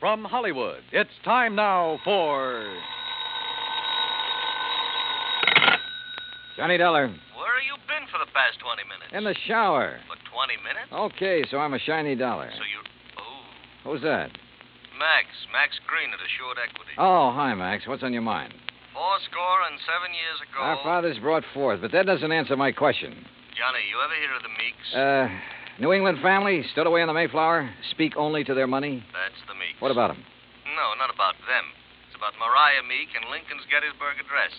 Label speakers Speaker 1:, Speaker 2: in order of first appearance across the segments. Speaker 1: From Hollywood, it's time now for. Johnny Deller,
Speaker 2: Where have you been for the past 20 minutes?
Speaker 1: in the Oh, shower.
Speaker 2: For 20 minutes?
Speaker 1: Okay, so I'm a shiny dollar.
Speaker 2: So you. Oh.
Speaker 1: Who's that?
Speaker 2: Max. Max Green at Assured Equity.
Speaker 1: Oh, hi, Max. What's on your mind?
Speaker 2: Four score and seven years ago.
Speaker 3: Oh.
Speaker 1: Our father's brought forth, but that doesn't answer my question.
Speaker 2: Johnny, you ever hear of the Meeks?
Speaker 1: Uh, New England family, stood away on the Mayflower, speak only to their money.
Speaker 2: That's the Meeks.
Speaker 1: What about them?
Speaker 2: No, not about them. It's about Mariah Meek and Lincoln's Gettysburg Address.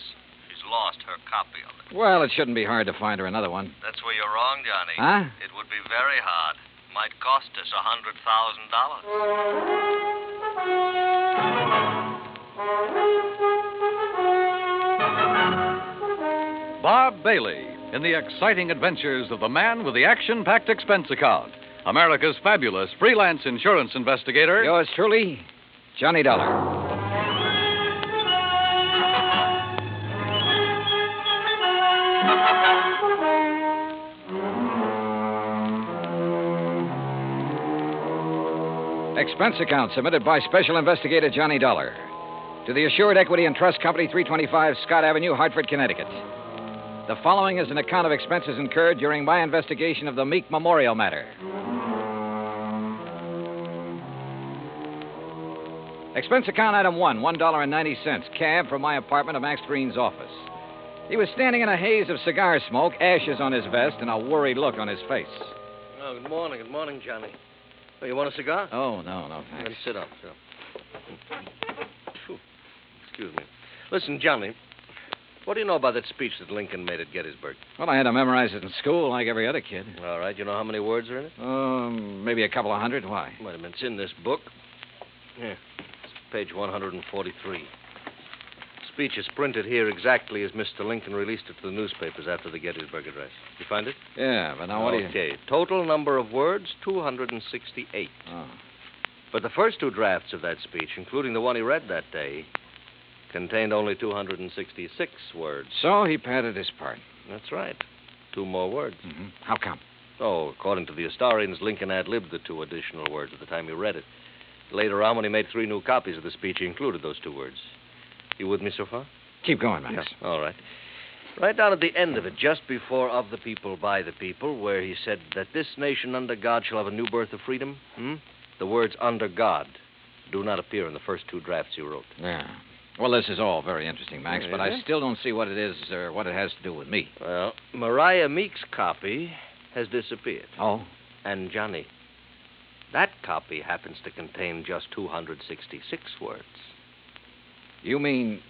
Speaker 2: She's lost her copy of it.
Speaker 1: Well, it shouldn't be hard to find her another one.
Speaker 2: That's where you're wrong, Johnny.
Speaker 1: Huh?
Speaker 2: It would be very hard. Might cost us a hundred thousand dollars.
Speaker 1: Bob Bailey in the exciting adventures of the man with the action packed expense account. America's fabulous freelance insurance investigator. Yours truly, Johnny Dollar. Expense account submitted by Special Investigator Johnny Dollar to the Assured Equity and Trust Company, 325 Scott Avenue, Hartford, Connecticut. The following is an account of expenses incurred during my investigation of the Meek Memorial matter. Expense account item one, $1.90, cab from my apartment to Max Green's office. He was standing in a haze of cigar smoke, ashes on his vest, and a worried look on his face.
Speaker 3: Oh, good morning. Good morning, Johnny. Oh, you want a cigar?
Speaker 1: Oh, no, no,
Speaker 3: Then
Speaker 1: thanks.
Speaker 3: sit up, sit up. Phew. Excuse me. Listen, Johnny, what do you know about that speech that Lincoln made at Gettysburg?
Speaker 1: Well, I had to memorize it in school like every other kid.
Speaker 3: All right, you know how many words are in it?
Speaker 1: Um, maybe a couple of hundred. Why?
Speaker 3: Wait a minute, it's in this book. Yeah, it's page 143. Speech is printed here exactly as Mr. Lincoln released it to the newspapers after the Gettysburg Address. You find it?
Speaker 1: Yeah, but now what do you...
Speaker 3: Okay, total number of words 268.
Speaker 1: Oh.
Speaker 3: But the first two drafts of that speech, including the one he read that day, contained only 266 words.
Speaker 1: So he padded his part.
Speaker 3: That's right. Two more words.
Speaker 1: hmm How come?
Speaker 3: Oh, according to the historians, Lincoln ad libbed the two additional words at the time he read it. Later on, when he made three new copies of the speech, he included those two words. You with me so far?
Speaker 1: Keep going, Max.
Speaker 3: Yeah, All right. Right down at the end of it, just before Of the People, By the People, where he said that this nation under God shall have a new birth of freedom, hmm? the words under God do not appear in the first two drafts he wrote.
Speaker 1: Yeah. Well, this is all very interesting, Max,
Speaker 3: Yeah,
Speaker 1: but
Speaker 3: is
Speaker 1: I
Speaker 3: it?
Speaker 1: still don't see what it is or what it has to do with me.
Speaker 3: Well, Mariah Meek's copy has disappeared.
Speaker 1: Oh?
Speaker 3: And Johnny, that copy happens to contain just 266 words.
Speaker 1: You mean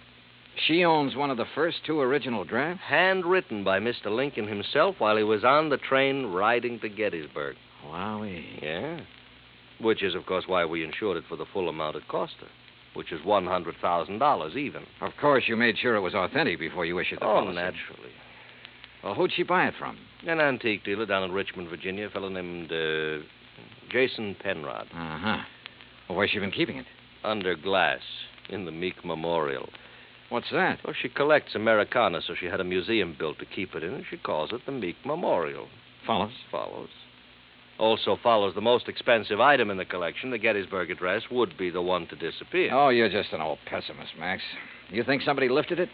Speaker 1: she owns one of the first two original drafts?
Speaker 3: Handwritten by Mr. Lincoln himself while he was on the train riding to Gettysburg.
Speaker 1: Wowie.
Speaker 3: Yeah. Which is, of course, why we insured it for the full amount it cost her, which is $100,000 even.
Speaker 1: Of course, you made sure it was authentic before you issued the
Speaker 3: Oh,
Speaker 1: policy.
Speaker 3: naturally.
Speaker 1: Well, who'd she buy it from?
Speaker 3: An antique dealer down in Richmond, Virginia, a fellow named uh, Jason Penrod,
Speaker 1: Uh-huh. Well, where's she been keeping it?
Speaker 3: under glass in the Meek Memorial.
Speaker 1: What's that?
Speaker 3: Well, she collects Americana, so she had a museum built to keep it in, and she calls it the Meek Memorial.
Speaker 1: Follows.
Speaker 3: Follows. Also follows the most expensive item in the collection, the Gettysburg Address, would be the one to disappear.
Speaker 1: Oh, you're just an old pessimist, Max. You think somebody lifted it?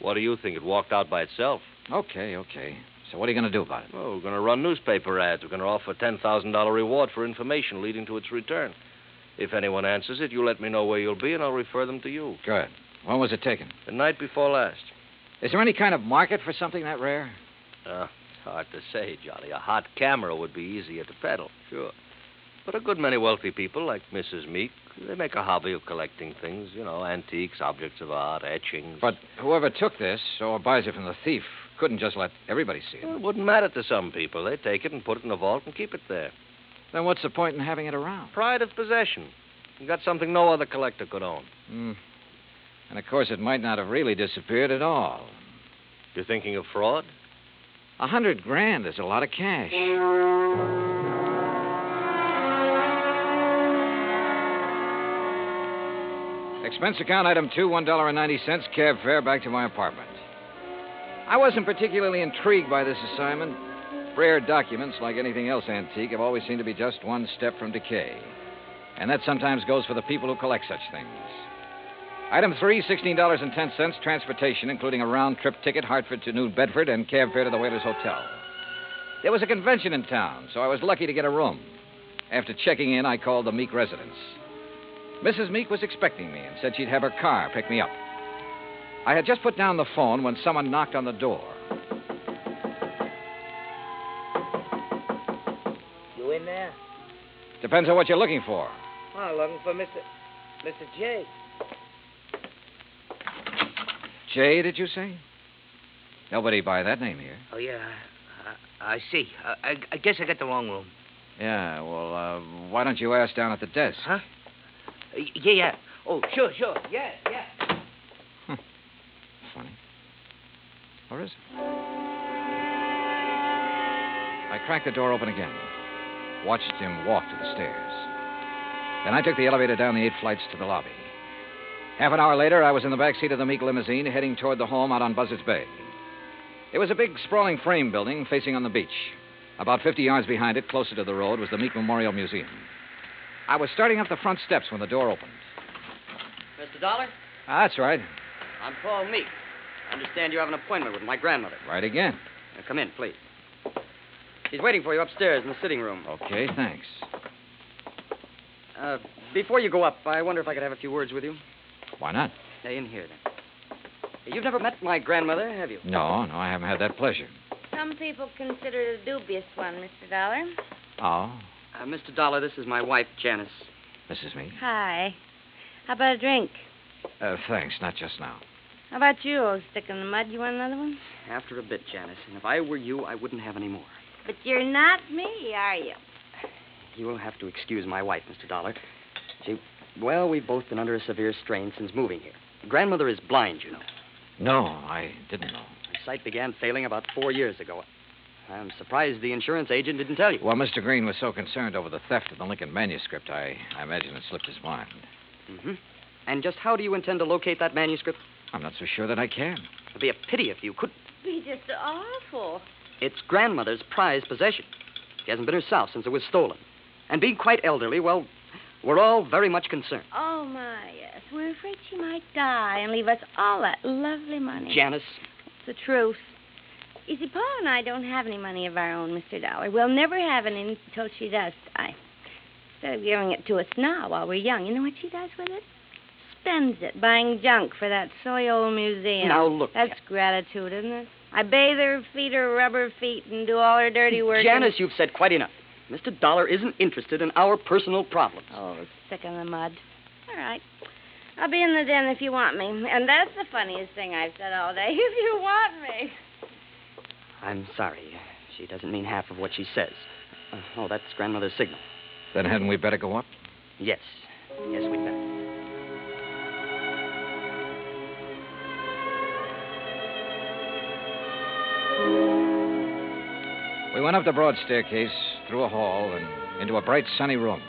Speaker 3: What do you think? It walked out by itself.
Speaker 1: Okay, okay. So what are you going to do about it?
Speaker 3: Well, we're going to run newspaper ads. We're going to offer a $10,000 reward for information leading to its return. If anyone answers it, you let me know where you'll be, and I'll refer them to you.
Speaker 1: Good. When was it taken?
Speaker 3: The night before last.
Speaker 1: Is there any kind of market for something that rare?
Speaker 3: Uh, it's hard to say, Johnny. A hot camera would be easier to peddle, sure. But a good many wealthy people, like Mrs. Meek, they make a hobby of collecting things, you know, antiques, objects of art, etchings.
Speaker 1: But whoever took this or buys it from the thief couldn't just let everybody see
Speaker 3: Well,
Speaker 1: it.
Speaker 3: it wouldn't matter to some people. They take it and put it in a vault and keep it there.
Speaker 1: Then what's the point in having it around?
Speaker 3: Pride of possession. You got something no other collector could own.
Speaker 1: Hmm. And of course, it might not have really disappeared at all.
Speaker 3: You're thinking of fraud?
Speaker 1: A hundred grand is a lot of cash. Expense account item two, $1.90, cab fare back to my apartment. I wasn't particularly intrigued by this assignment. Rare documents, like anything else antique, have always seemed to be just one step from decay. And that sometimes goes for the people who collect such things. Item three, $16.10, transportation, including a round trip ticket, Hartford to New Bedford, and cab fare to the Whalers Hotel. There was a convention in town, so I was lucky to get a room. After checking in, I called the Meek residence. Mrs. Meek was expecting me and said she'd have her car pick me up. I had just put down the phone when someone knocked on the door.
Speaker 4: You in there?
Speaker 1: Depends on what you're looking for.
Speaker 4: Well, looking for Mr. Mr. J.
Speaker 1: Jay, did you say? Nobody by that name here.
Speaker 4: Oh, yeah. I, I see. I, I, I guess I got the wrong room.
Speaker 1: Yeah, well, uh, why don't you ask down at the desk?
Speaker 4: Huh? Uh, yeah, yeah. Oh, sure, sure. Yeah, yeah.
Speaker 1: Funny. Or is it? I cracked the door open again, watched him walk to the stairs. Then I took the elevator down the eight flights to the lobby. Half an hour later, I was in the back seat of the meek limousine heading toward the home out on Buzzards Bay. It was a big, sprawling frame building facing on the beach. About 50 yards behind it, closer to the road, was the Meek Memorial Museum. I was starting up the front steps when the door opened.
Speaker 5: Mr. Dollar,
Speaker 1: Ah, that's right.
Speaker 5: I'm Paul Meek. I understand you have an appointment with my grandmother.
Speaker 1: Right again.
Speaker 5: Now, come in, please. She's waiting for you upstairs in the sitting room.
Speaker 1: Okay, thanks.
Speaker 5: Uh, before you go up, I wonder if I could have a few words with you.
Speaker 1: Why not?
Speaker 5: Now, in here, then. You've never met my grandmother, have you?
Speaker 1: No, no, I haven't had that pleasure.
Speaker 6: Some people consider it a dubious one, Mr. Dollar.
Speaker 1: Oh,
Speaker 5: Uh, Mr. Dollar, this is my wife, Janice.
Speaker 1: Mrs. Meek.
Speaker 6: Hi. How about a drink?
Speaker 1: Uh, thanks, not just now.
Speaker 6: How about you, old stick in the mud? You want another one?
Speaker 5: After a bit, Janice, and if I were you, I wouldn't have any more.
Speaker 6: But you're not me, are you?
Speaker 5: You will have to excuse my wife, Mr. Dollar. She, well, we've both been under a severe strain since moving here. Grandmother is blind, you know.
Speaker 1: No, I didn't know.
Speaker 5: Her sight began failing about four years ago. I'm surprised the insurance agent didn't tell you.
Speaker 1: Well, Mr. Green was so concerned over the theft of the Lincoln manuscript, I, I imagine it slipped his mind.
Speaker 5: hmm And just how do you intend to locate that manuscript?
Speaker 1: I'm not so sure that I can.
Speaker 5: It'd be a pity if you could.
Speaker 6: Be just awful.
Speaker 5: It's grandmother's prized possession. She hasn't been herself since it was stolen. And being quite elderly, well, we're all very much concerned.
Speaker 6: Oh, my, yes. We're afraid she might die and leave us all that lovely money.
Speaker 5: Janice,
Speaker 6: It's the truth. You see, Paul and I don't have any money of our own, Mr. Dollar. We'll never have any until she does die. Instead of giving it to us now while we're young, you know what she does with it? Spends it buying junk for that soy old museum.
Speaker 5: now look.
Speaker 6: That's gratitude, isn't it? I bathe her, feed her rubber feet, and do all her dirty work. and-
Speaker 5: Janice, you've said quite enough. Mr. Dollar isn't interested in our personal problems.
Speaker 6: Oh, stick in the mud. All right. I'll be in the den if you want me. And that's the funniest thing I've said all day. If you want me.
Speaker 5: I'm sorry. She doesn't mean half of what she says. Uh, oh, that's grandmother's signal.
Speaker 1: Then hadn't we better go up?
Speaker 5: Yes. Yes, we'd better.
Speaker 1: We went up the broad staircase, through a hall, and into a bright, sunny room.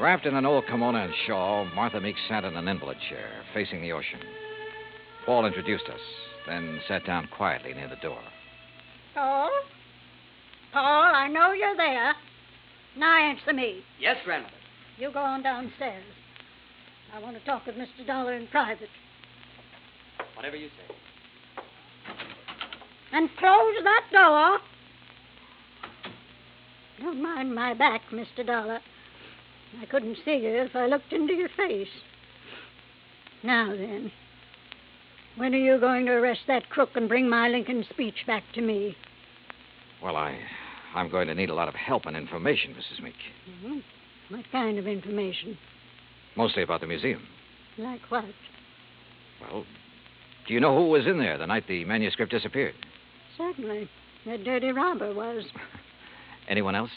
Speaker 1: Wrapped in an old kimono and shawl, Martha Meek sat in an invalid chair, facing the ocean. Paul introduced us, then sat down quietly near the door.
Speaker 7: Paul? Paul, I know you're there. Now answer me.
Speaker 5: Yes, grandmother.
Speaker 7: You go on downstairs. I want to talk with Mr. Dollar in private.
Speaker 5: Whatever you say.
Speaker 7: And close that door. Don't mind my back, Mr. Dollar. I couldn't see you if I looked into your face. Now then, when are you going to arrest that crook and bring my Lincoln speech back to me?
Speaker 1: Well, I, I'm going to need a lot of help and information, Mrs. Meek.
Speaker 7: Mhm. What kind of information?
Speaker 1: Mostly about the museum.
Speaker 7: Like what?
Speaker 1: Well, do you know who was in there the night the manuscript disappeared?
Speaker 7: Certainly. The dirty robber was.
Speaker 1: Anyone else?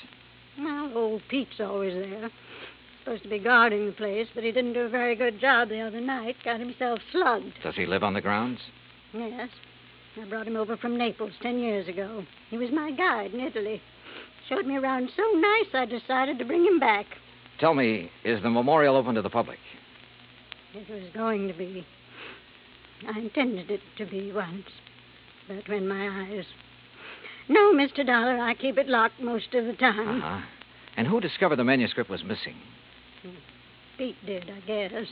Speaker 7: Well, old Pete's always there. Supposed to be guarding the place, but he didn't do a very good job the other night. Got himself slugged.
Speaker 1: Does he live on the grounds?
Speaker 7: Yes. I brought him over from Naples ten years ago. He was my guide in Italy. Showed me around so nice I decided to bring him back.
Speaker 1: Tell me, is the memorial open to the public?
Speaker 7: It was going to be. I intended it to be once, but when my eyes. No, Mr. Dollar, I keep it locked most of the time.
Speaker 1: Uh-huh. Uh huh. And who discovered the manuscript was missing?
Speaker 7: Pete did, I guess.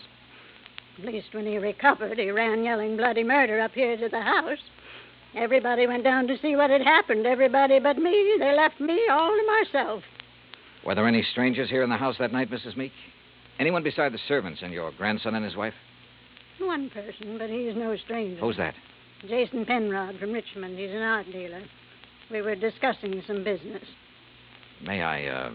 Speaker 7: At least when he recovered, he ran yelling bloody murder up here to the house. Everybody went down to see what had happened. Everybody but me. They left me all to myself.
Speaker 1: Were there any strangers here in the house that night, Mrs. Meek? Anyone beside the servants and your grandson and his wife?
Speaker 7: One person, but he's no stranger.
Speaker 1: Who's that?
Speaker 7: Jason Penrod from Richmond. He's an art dealer. We were discussing some business.
Speaker 1: May I uh,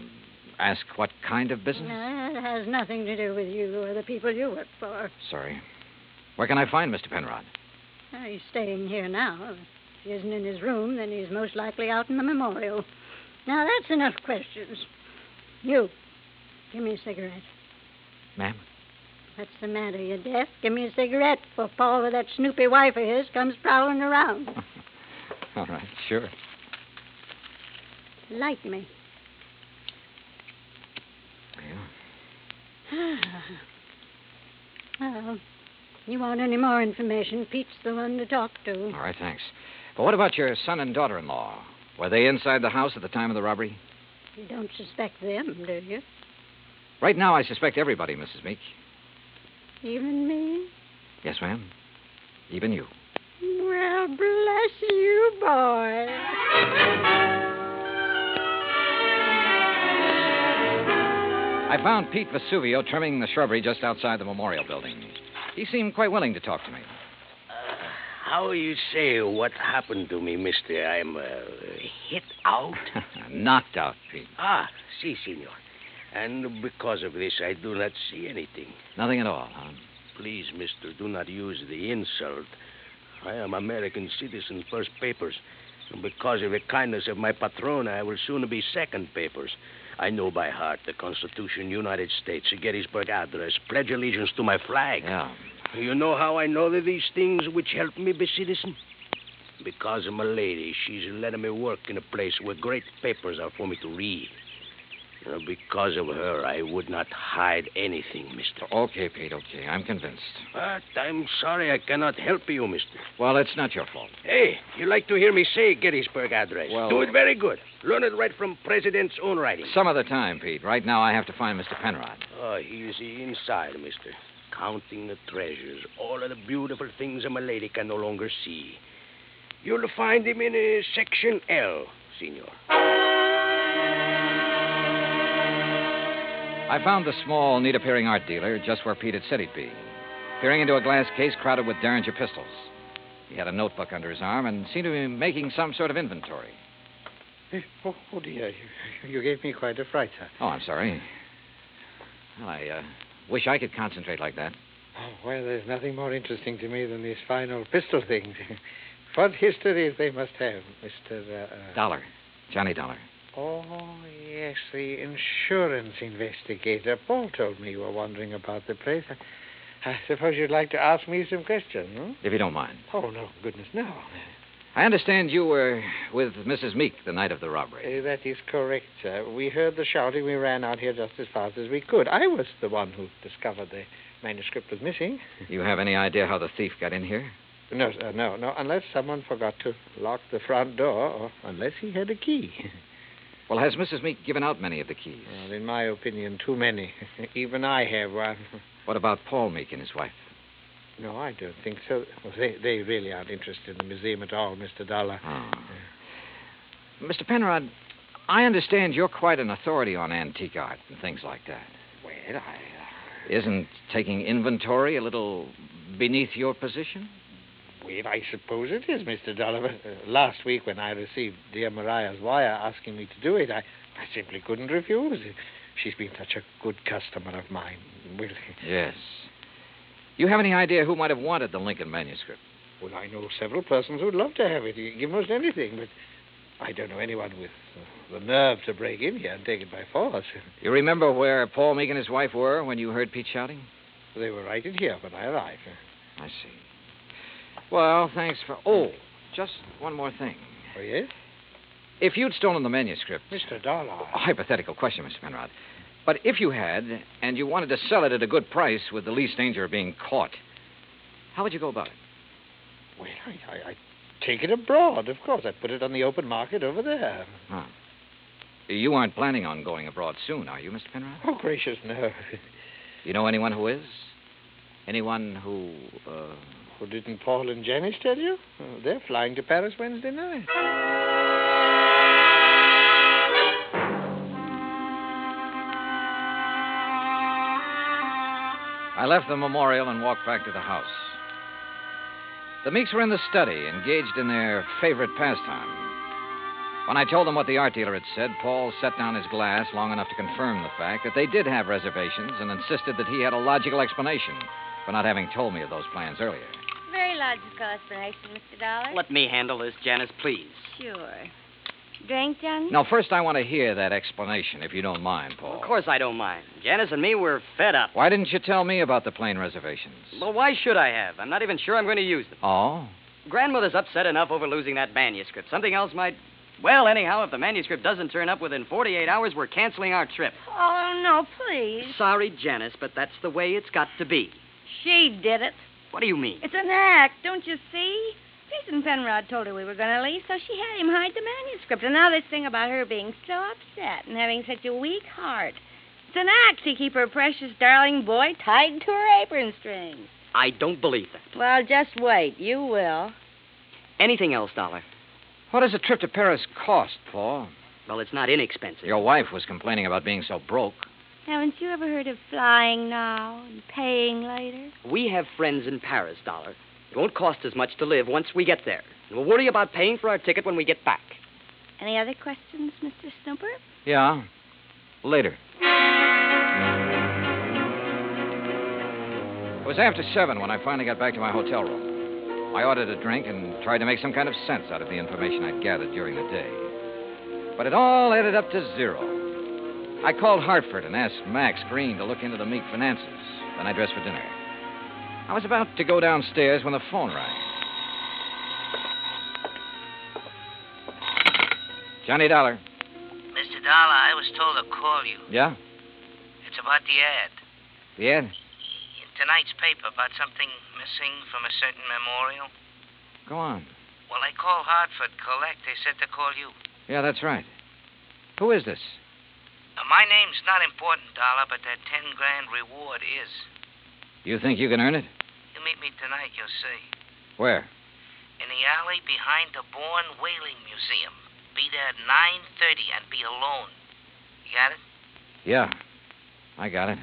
Speaker 1: ask what kind of business?
Speaker 7: No, it has nothing to do with you or the people you work for.
Speaker 1: Sorry. Where can I find Mr. Penrod?
Speaker 7: Uh, He's staying here now. If he isn't in his room, then he's most likely out in the memorial. Now, that's enough questions. You, give me a cigarette.
Speaker 1: Ma'am?
Speaker 7: What's the matter? You deaf? Give me a cigarette before Paul with that snoopy wife of his comes prowling around.
Speaker 1: All right, sure.
Speaker 7: Light me. well, you want any more information? Pete's the one to talk to.
Speaker 1: All right, thanks. But what about your son and daughter in law? Were they inside the house at the time of the robbery?
Speaker 7: You don't suspect them, do you?
Speaker 1: Right now, I suspect everybody, Mrs. Meek.
Speaker 7: Even me?
Speaker 1: Yes, ma'am. Even you.
Speaker 7: Well, bless you, boy.
Speaker 1: I found Pete Vesuvio trimming the shrubbery just outside the memorial building. He seemed quite willing to talk to me.
Speaker 3: How you say what happened to me, mister? I'm uh, hit out?
Speaker 1: Knocked out, Pete.
Speaker 3: ah, si, senor. And because of this, I do not see anything.
Speaker 1: Nothing at all, huh?
Speaker 3: Please, mister, do not use the insult. I am American citizen, first papers. And because of the kindness of my patron, I will soon be second papers. I know by heart the Constitution, United States, Gettysburg Address, pledge allegiance to my flag.
Speaker 1: Yeah.
Speaker 3: You know how I know that these things which help me be citizen? Because of my lady, she's letting me work in a place where great papers are for me to read. You know, because of her, I would not hide anything, mister.
Speaker 1: Okay, Pete, okay. I'm convinced.
Speaker 3: But I'm sorry I cannot help you, mister.
Speaker 1: Well, it's not your fault.
Speaker 3: Hey, you like to hear me say Gettysburg Address?
Speaker 1: Well-
Speaker 3: Do it very good. Learn it right from President's own writing.
Speaker 1: Some other time, Pete. Right now, I have to find Mr. Penrod.
Speaker 3: Oh, he's inside, mister. Counting the treasures, all of the beautiful things a lady can no longer see. You'll find him in uh, section L, senor.
Speaker 1: I found the small, neat appearing art dealer just where Pete had said he'd be, peering into a glass case crowded with Derringer pistols. He had a notebook under his arm and seemed to be making some sort of inventory.
Speaker 8: Oh, oh dear, you, you gave me quite a fright, sir.
Speaker 1: Oh, I'm sorry. Well, I uh, wish I could concentrate like that.
Speaker 8: Oh, well, there's nothing more interesting to me than these fine old pistol things. what histories they must have, Mr. Uh, uh,
Speaker 1: Dollar. Johnny Dollar.
Speaker 8: Oh, yes, the insurance investigator. Paul told me you were wandering about the place. I suppose you'd like to ask me some questions, hmm?
Speaker 1: If you don't mind.
Speaker 8: Oh, no, goodness, no.
Speaker 1: I understand you were with Mrs. Meek the night of the robbery.
Speaker 8: Uh, that is correct, sir. We heard the shouting. We ran out here just as fast as we could. I was the one who discovered the manuscript was missing.
Speaker 1: You have any idea how the thief got in here?
Speaker 8: No, sir, no, no. Unless someone forgot to lock the front door, or unless he had a key.
Speaker 1: Well, has Mrs. Meek given out many of the keys?
Speaker 8: Well, in my opinion, too many. Even I have one.
Speaker 1: What about Paul Meek and his wife?
Speaker 8: No, I don't think so. Well, they, they really aren't interested in the museum at all, Mr. Dollar.
Speaker 1: Ah. Mr. Hmm. Penrod, I understand you're quite an authority on antique art and things like that.
Speaker 8: Well, I.
Speaker 1: Isn't taking inventory a little beneath your position?
Speaker 8: Well, I suppose it is, Mr. Dollar. But, uh, last week, when I received dear Mariah's wire asking me to do it, I, I simply couldn't refuse. She's been such a good customer of mine. Well,
Speaker 1: Yes. You have any idea who might have wanted the Lincoln manuscript?
Speaker 8: Well, I know several persons who'd love to have it. You can give most anything, but I don't know anyone with uh, the nerve to break in here and take it by force.
Speaker 1: You remember where Paul Meek and his wife were when you heard Pete shouting?
Speaker 8: They were right in here when I arrived.
Speaker 1: I see. Well, thanks for. Oh, just one more thing.
Speaker 8: Oh, yes?
Speaker 1: If you'd stolen the manuscript.
Speaker 8: Mr. Dollar.
Speaker 1: A hypothetical question, Mr. Penrod. But if you had, and you wanted to sell it at a good price with the least danger of being caught, how would you go about it?
Speaker 8: Well, I, I, I take it abroad, of course. I put it on the open market over there.
Speaker 1: You aren't planning on going abroad soon, are you, Mr. Penrod?
Speaker 8: Oh, gracious, no.
Speaker 1: You know anyone who is? Anyone who. Uh...
Speaker 8: Well, didn't Paul and Janice tell you? Oh, they're flying to Paris Wednesday night.
Speaker 1: I left the memorial and walked back to the house. The Meeks were in the study, engaged in their favorite pastime. When I told them what the art dealer had said, Paul set down his glass long enough to confirm the fact that they did have reservations and insisted that he had a logical explanation for not having told me of those plans earlier.
Speaker 6: Very logical explanation, Mr. Dollar.
Speaker 5: Let me handle this, Janice, please.
Speaker 6: Sure. Drink, Johnny?
Speaker 1: Now, first, I want to hear that explanation, if you don't mind, Paul.
Speaker 5: Of course I don't mind. Janice and me, we're fed up.
Speaker 1: Why didn't you tell me about the plane reservations?
Speaker 5: Well, why should I have? I'm not even sure I'm going to use them.
Speaker 1: Oh?
Speaker 5: Grandmother's upset enough over losing that manuscript. Something else might. Well, anyhow, if the manuscript doesn't turn up within 48 hours, we're canceling our trip.
Speaker 6: Oh, no, please.
Speaker 5: Sorry, Janice, but that's the way it's got to be.
Speaker 6: She did it.
Speaker 5: What do you mean?
Speaker 6: It's an act, don't you see? Peterson Penrod told her we were going to leave, so she had him hide the manuscript. And now this thing about her being so upset and having such a weak heart. It's an act to keep her precious darling boy tied to her apron strings.
Speaker 5: I don't believe that.
Speaker 6: Well, just wait. You will.
Speaker 5: Anything else, Dollar?
Speaker 1: What does a trip to Paris cost, Paul?
Speaker 5: Well, it's not inexpensive.
Speaker 1: Your wife was complaining about being so broke.
Speaker 6: Haven't you ever heard of flying now and paying later?
Speaker 5: We have friends in Paris, Dollar. It won't cost as much to live once we get there. And we'll worry about paying for our ticket when we get back.
Speaker 6: Any other questions, Mr. Snooper?
Speaker 1: Yeah. Later. It was after seven when I finally got back to my hotel room. I ordered a drink and tried to make some kind of sense out of the information I'd gathered during the day. But it all added up to zero. I called Hartford and asked Max Green to look into the Meek finances. Then I dressed for dinner. I was about to go downstairs when the phone rang. Johnny Dollar.
Speaker 9: Mr. Dollar, I was told to call you.
Speaker 1: Yeah?
Speaker 9: It's about the ad.
Speaker 1: The ad?
Speaker 9: In tonight's paper about something missing from a certain memorial.
Speaker 1: Go on.
Speaker 9: Well, I called Hartford Collect. They said to call you.
Speaker 1: Yeah, that's right. Who is this?
Speaker 9: Uh, my name's not important, Dollar, but that ten grand reward is.
Speaker 1: You think you can earn it?
Speaker 9: You meet me tonight, you'll see.
Speaker 1: Where?
Speaker 9: In the alley behind the Bourne Whaling Museum. Be there at 9.30 and be alone. You got it?
Speaker 1: Yeah, I got it.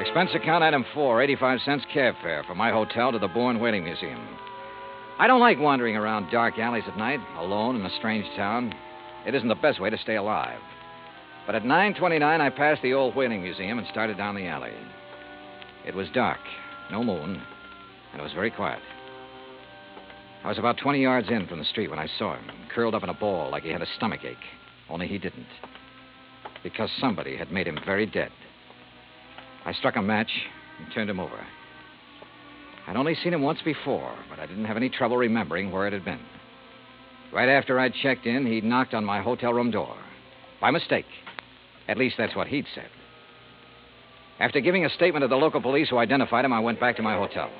Speaker 1: Expense account item four, 85 cents cab fare from my hotel to the Bourne Whaling Museum. I don't like wandering around dark alleys at night, alone in a strange town. It isn't the best way to stay alive. But at 9:29 I passed the old whaling museum and started down the alley. It was dark, no moon, and it was very quiet. I was about 20 yards in from the street when I saw him, curled up in a ball like he had a stomach ache. Only he didn't. Because somebody had made him very dead. I struck a match and turned him over. I'd only seen him once before, but I didn't have any trouble remembering where it had been. Right after I'd checked in, he'd knocked on my hotel room door. By mistake. At least that's what he'd said. After giving a statement to the local police who identified him, I went back to my hotel.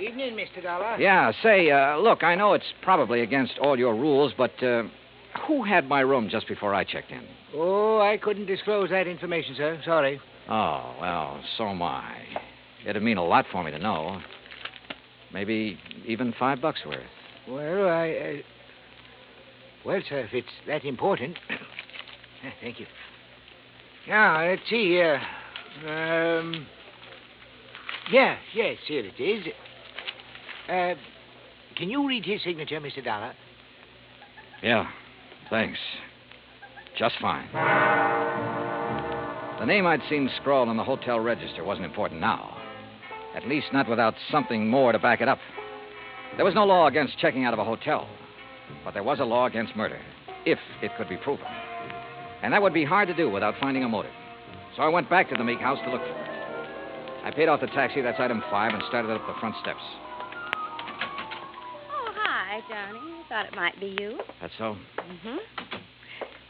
Speaker 4: Evening, Mr. Dollar.
Speaker 1: Yeah, say, uh, look, I know it's probably against all your rules, but uh, who had my room just before I checked in?
Speaker 4: Oh, I couldn't disclose that information, sir. Sorry.
Speaker 1: Oh, well, so am I. It'd mean a lot for me to know. Maybe even five bucks worth.
Speaker 4: Well, I. Uh... Well, sir, if it's that important. Thank you. Now, let's see here. Um. Yeah, yes, here it is. Uh, can you read his signature, Mr. Dollar?
Speaker 1: Yeah, thanks. Just fine. The name I'd seen scrawled on the hotel register wasn't important now. At least not without something more to back it up. There was no law against checking out of a hotel. But there was a law against murder, if it could be proven. And that would be hard to do without finding a motive. So I went back to the Meek house to look for it. I paid off the taxi, that's item five, and started up the front steps.
Speaker 6: Oh, hi, Johnny. I thought it might be you.
Speaker 1: That's so?
Speaker 6: Mm-hmm.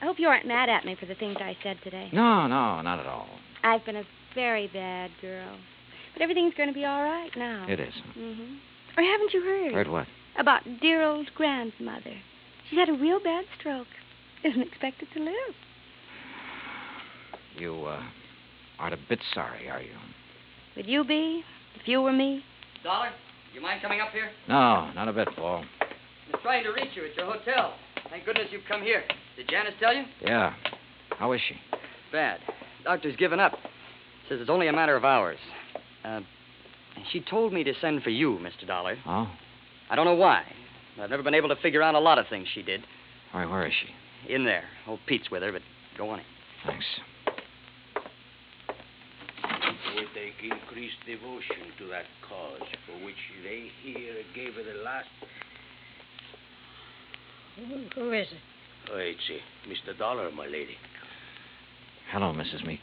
Speaker 6: I hope you aren't mad at me for the things I said today.
Speaker 1: No, no, not at all.
Speaker 6: I've been a very bad girl. But everything's going to be all right now.
Speaker 1: It is.
Speaker 6: Mm-hmm. Or haven't you heard?
Speaker 1: Heard what?
Speaker 6: about dear old grandmother. She had a real bad stroke. Isn't expected to live.
Speaker 1: You uh, aren't a bit sorry, are you?
Speaker 6: Would you be if you were me?
Speaker 5: Dollar, you mind coming up here?
Speaker 1: No, not a bit, Paul.
Speaker 5: I was trying to reach you at your hotel. Thank goodness you've come here. Did Janice tell you?
Speaker 1: Yeah. How is she?
Speaker 5: Bad. Doctor's given up. Says it's only a matter of hours. Uh, she told me to send for you, Mr. Dollar.
Speaker 1: Oh?
Speaker 5: I don't know why. I've never been able to figure out a lot of things she did.
Speaker 1: All right, where is she?
Speaker 5: In there. Old Pete's with her, but go on in.
Speaker 1: Thanks.
Speaker 3: would take increased devotion to that cause for which they here gave her the last.
Speaker 7: Who, who is it?
Speaker 3: Oh, it's uh, Mr. Dollar, my lady.
Speaker 1: Hello, Mrs. Meek.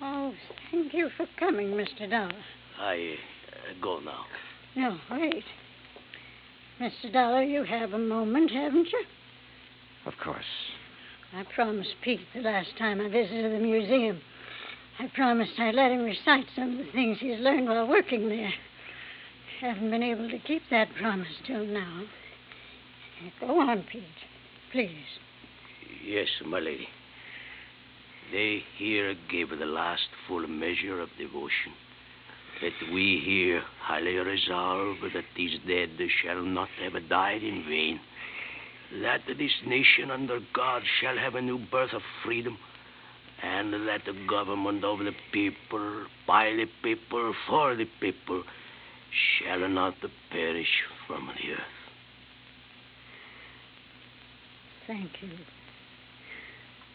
Speaker 7: Oh, thank you for coming, Mr. Dollar.
Speaker 3: I uh, go now.
Speaker 7: No, wait. Mr. Dollar, you have a moment, haven't you?
Speaker 1: Of course.
Speaker 7: I promised Pete the last time I visited the museum. I promised I'd let him recite some of the things he's learned while working there. Haven't been able to keep that promise till now. Go on, Pete. Please.
Speaker 3: Yes, my lady. They here gave the last full measure of devotion. That we here highly resolve that these dead shall not have died in vain. That this nation under God shall have a new birth of freedom. And that the government of the people, by the people, for the people, shall not perish from the earth.
Speaker 7: Thank you.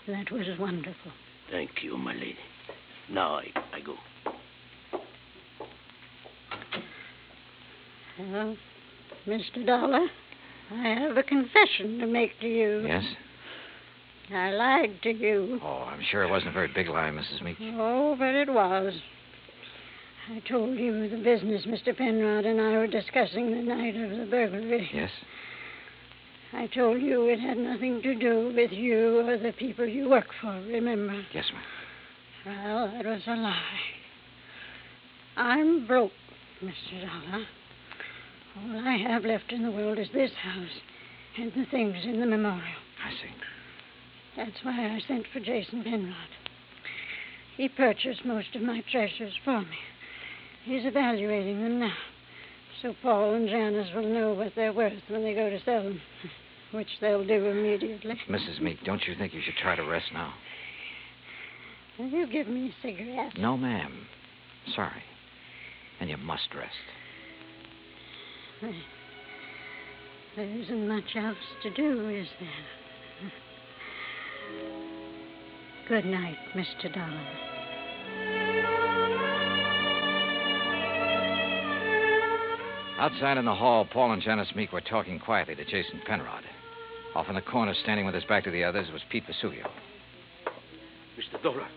Speaker 7: That was wonderful.
Speaker 3: Thank you, my lady. Now I, I go.
Speaker 7: Well, Mr. Dollar, I have a confession to make to you.
Speaker 1: Yes?
Speaker 7: I lied to you.
Speaker 1: Oh, I'm sure it wasn't a very big lie, Mrs. Meek.
Speaker 7: Oh, but it was. I told you the business Mr. Penrod and I were discussing the night of the burglary.
Speaker 1: Yes?
Speaker 7: I told you it had nothing to do with you or the people you work for, remember?
Speaker 1: Yes, ma'am.
Speaker 7: Well, that was a lie. I'm broke, Mr. Dollar. All I have left in the world is this house and the things in the memorial.
Speaker 1: I see.
Speaker 7: That's why I sent for Jason Penrod. He purchased most of my treasures for me. He's evaluating them now, so Paul and Janice will know what they're worth when they go to sell them, which they'll do immediately.
Speaker 1: Mrs. Meek, don't you think you should try to rest now?
Speaker 7: Will you give me a cigarette?
Speaker 1: No, ma'am. Sorry. And you must rest.
Speaker 7: There isn't much else to do, is there? Good night, Mr. Dollar.
Speaker 1: Outside in the hall, Paul and Janice Meek were talking quietly to Jason Penrod. Off in the corner, standing with his back to the others, was Pete Vesuvio.
Speaker 3: Mr. Dollar.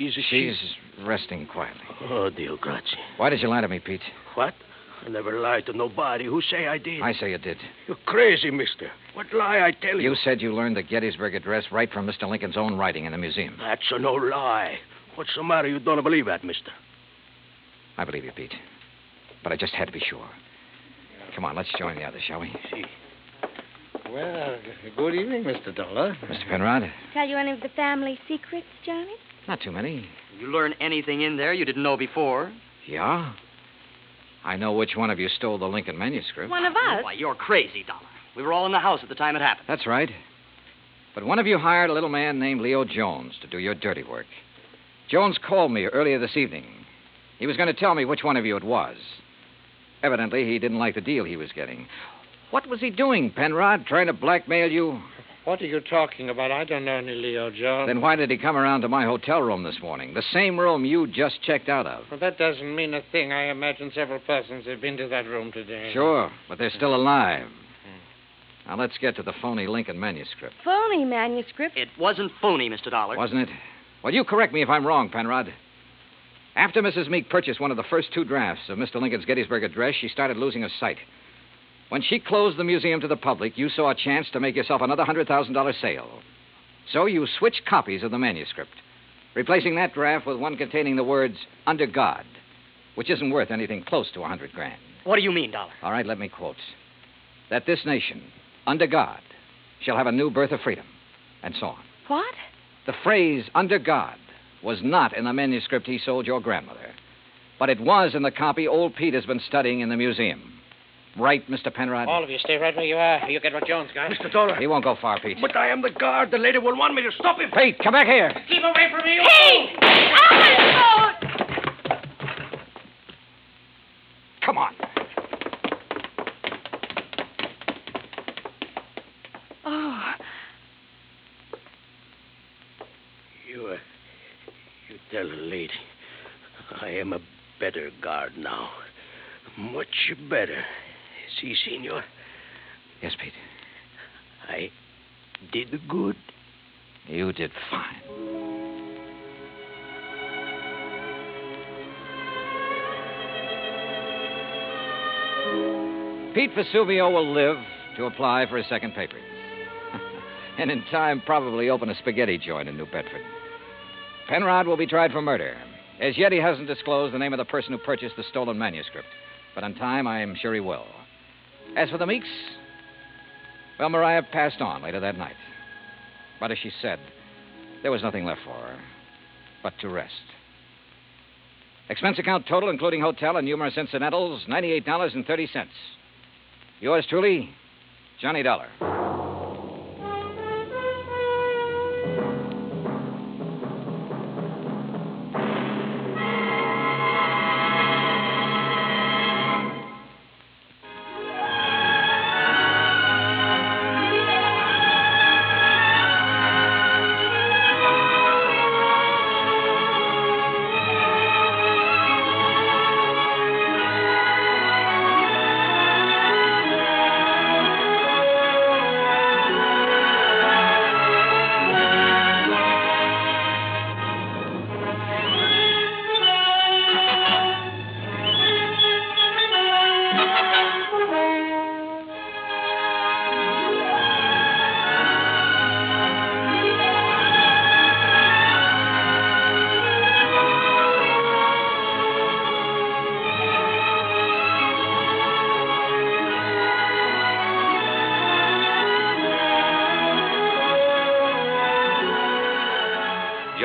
Speaker 3: Is she?
Speaker 1: She's resting quietly.
Speaker 3: Oh, Dio grazie.
Speaker 1: Why did you lie to me, Pete?
Speaker 3: What? I never lied to nobody. Who say I did?
Speaker 1: I say you did.
Speaker 3: You're crazy, mister. What lie I tell you?
Speaker 1: You said you learned the Gettysburg Address right from Mr. Lincoln's own writing in the museum.
Speaker 3: That's a no lie. What's the matter you don't believe that, mister?
Speaker 1: I believe you, Pete. But I just had to be sure. Come on, let's join the others, shall we?
Speaker 8: Well, good evening, Mr. Dollar.
Speaker 1: Mr. Penrod?
Speaker 6: Tell you any of the family secrets, Johnny?
Speaker 1: Not too many.
Speaker 5: You learn anything in there you didn't know before?
Speaker 1: Yeah? I know which one of you stole the Lincoln manuscript.
Speaker 6: One of us.
Speaker 5: Why, you're crazy, Dollar. We were all in the house at the time it happened.
Speaker 1: That's right. But one of you hired a little man named Leo Jones to do your dirty work. Jones called me earlier this evening. He was going to tell me which one of you it was. Evidently, he didn't like the deal he was getting. What was he doing, Penrod? Trying to blackmail you?
Speaker 8: What are you talking about? I don't know any Leo Jones.
Speaker 1: Then why did he come around to my hotel room this morning? The same room you just checked out of.
Speaker 8: Well, that doesn't mean a thing. I imagine several persons have been to that room today.
Speaker 1: Sure, but they're still alive. Now let's get to the phony Lincoln manuscript,
Speaker 6: Phony manuscript.
Speaker 5: It wasn't phony, Mr. Dollar.
Speaker 1: wasn't it? Well, you correct me if I'm wrong, Penrod. After Mrs. Meek purchased one of the first two drafts of Mr. Lincoln's Gettysburg Address, she started losing her sight. When she closed the museum to the public, you saw a chance to make yourself another $100,000 sale. So you switched copies of the manuscript, replacing that draft with one containing the words, under God, which isn't worth anything close to a 100 grand.
Speaker 5: What do you mean, Dollar?
Speaker 1: All right, let me quote. That this nation, under God, shall have a new birth of freedom, and so on.
Speaker 6: What?
Speaker 1: The phrase under God was not in the manuscript he sold your grandmother, but it was in the copy old Pete has been studying in the museum. Right, Mr. Penrod?
Speaker 8: All of you stay right where you are. You get what Jones got. Mr.
Speaker 3: Dollar.
Speaker 1: He won't go far, Pete.
Speaker 3: But I am the guard. The lady will want me to stop him.
Speaker 1: Pete, come back here.
Speaker 8: Keep away from me.
Speaker 10: Hey!
Speaker 1: Come on.
Speaker 6: Oh,
Speaker 3: You, uh, you tell the lady. I am a better guard now. Much better. See, senor,
Speaker 1: Yes, Pete.
Speaker 3: I did good.
Speaker 1: You did fine. Pete Vesuvio will live to apply for a second paper. and in time, probably open a spaghetti joint in New Bedford. Penrod will be tried for murder. As yet, he hasn't disclosed the name of the person who purchased the stolen manuscript. But in time, I am sure he will. As for the Meeks, well, Mariah passed on later that night. But as she said, there was nothing left for her but to rest. Expense account total, including hotel and numerous incidentals, $98.30. Yours truly, Johnny Dollar.